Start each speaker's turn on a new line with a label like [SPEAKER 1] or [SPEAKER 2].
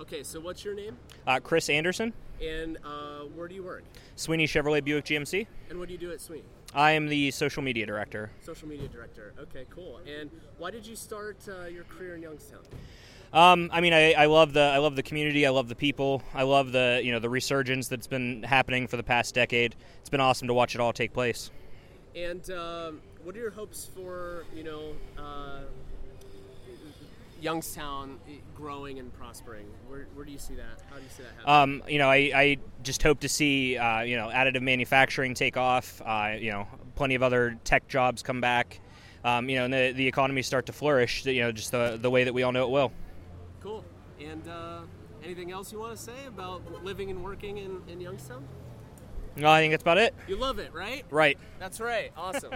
[SPEAKER 1] Okay, so what's your name
[SPEAKER 2] Uh, Chris Anderson,
[SPEAKER 1] and uh, where do you work?
[SPEAKER 2] Sweeney Chevrolet Buick GMC.
[SPEAKER 1] And what do you do at Sweeney?
[SPEAKER 2] I am the social media director.
[SPEAKER 1] Social media director. Okay, cool. And why did you start uh, your career in Youngstown?
[SPEAKER 2] Um, I mean, I, I love the I love the community. I love the people. I love the you know the resurgence that's been happening for the past decade. It's been awesome to watch it all take place.
[SPEAKER 1] And um, what are your hopes for you know uh, Youngstown growing and prospering? Where, where do you see that? How do you see that happening?
[SPEAKER 2] Um, you know, I, I just hope to see uh, you know additive manufacturing take off. Uh, you know, plenty of other tech jobs come back. Um, you know, and the, the economy start to flourish. You know, just the the way that we all know it will.
[SPEAKER 1] cool. And uh, anything else you want to say about living and working in, in Youngstown?
[SPEAKER 2] No, Uh, I think that's about it.
[SPEAKER 1] You love it, right?
[SPEAKER 2] Right.
[SPEAKER 1] That's right. Awesome.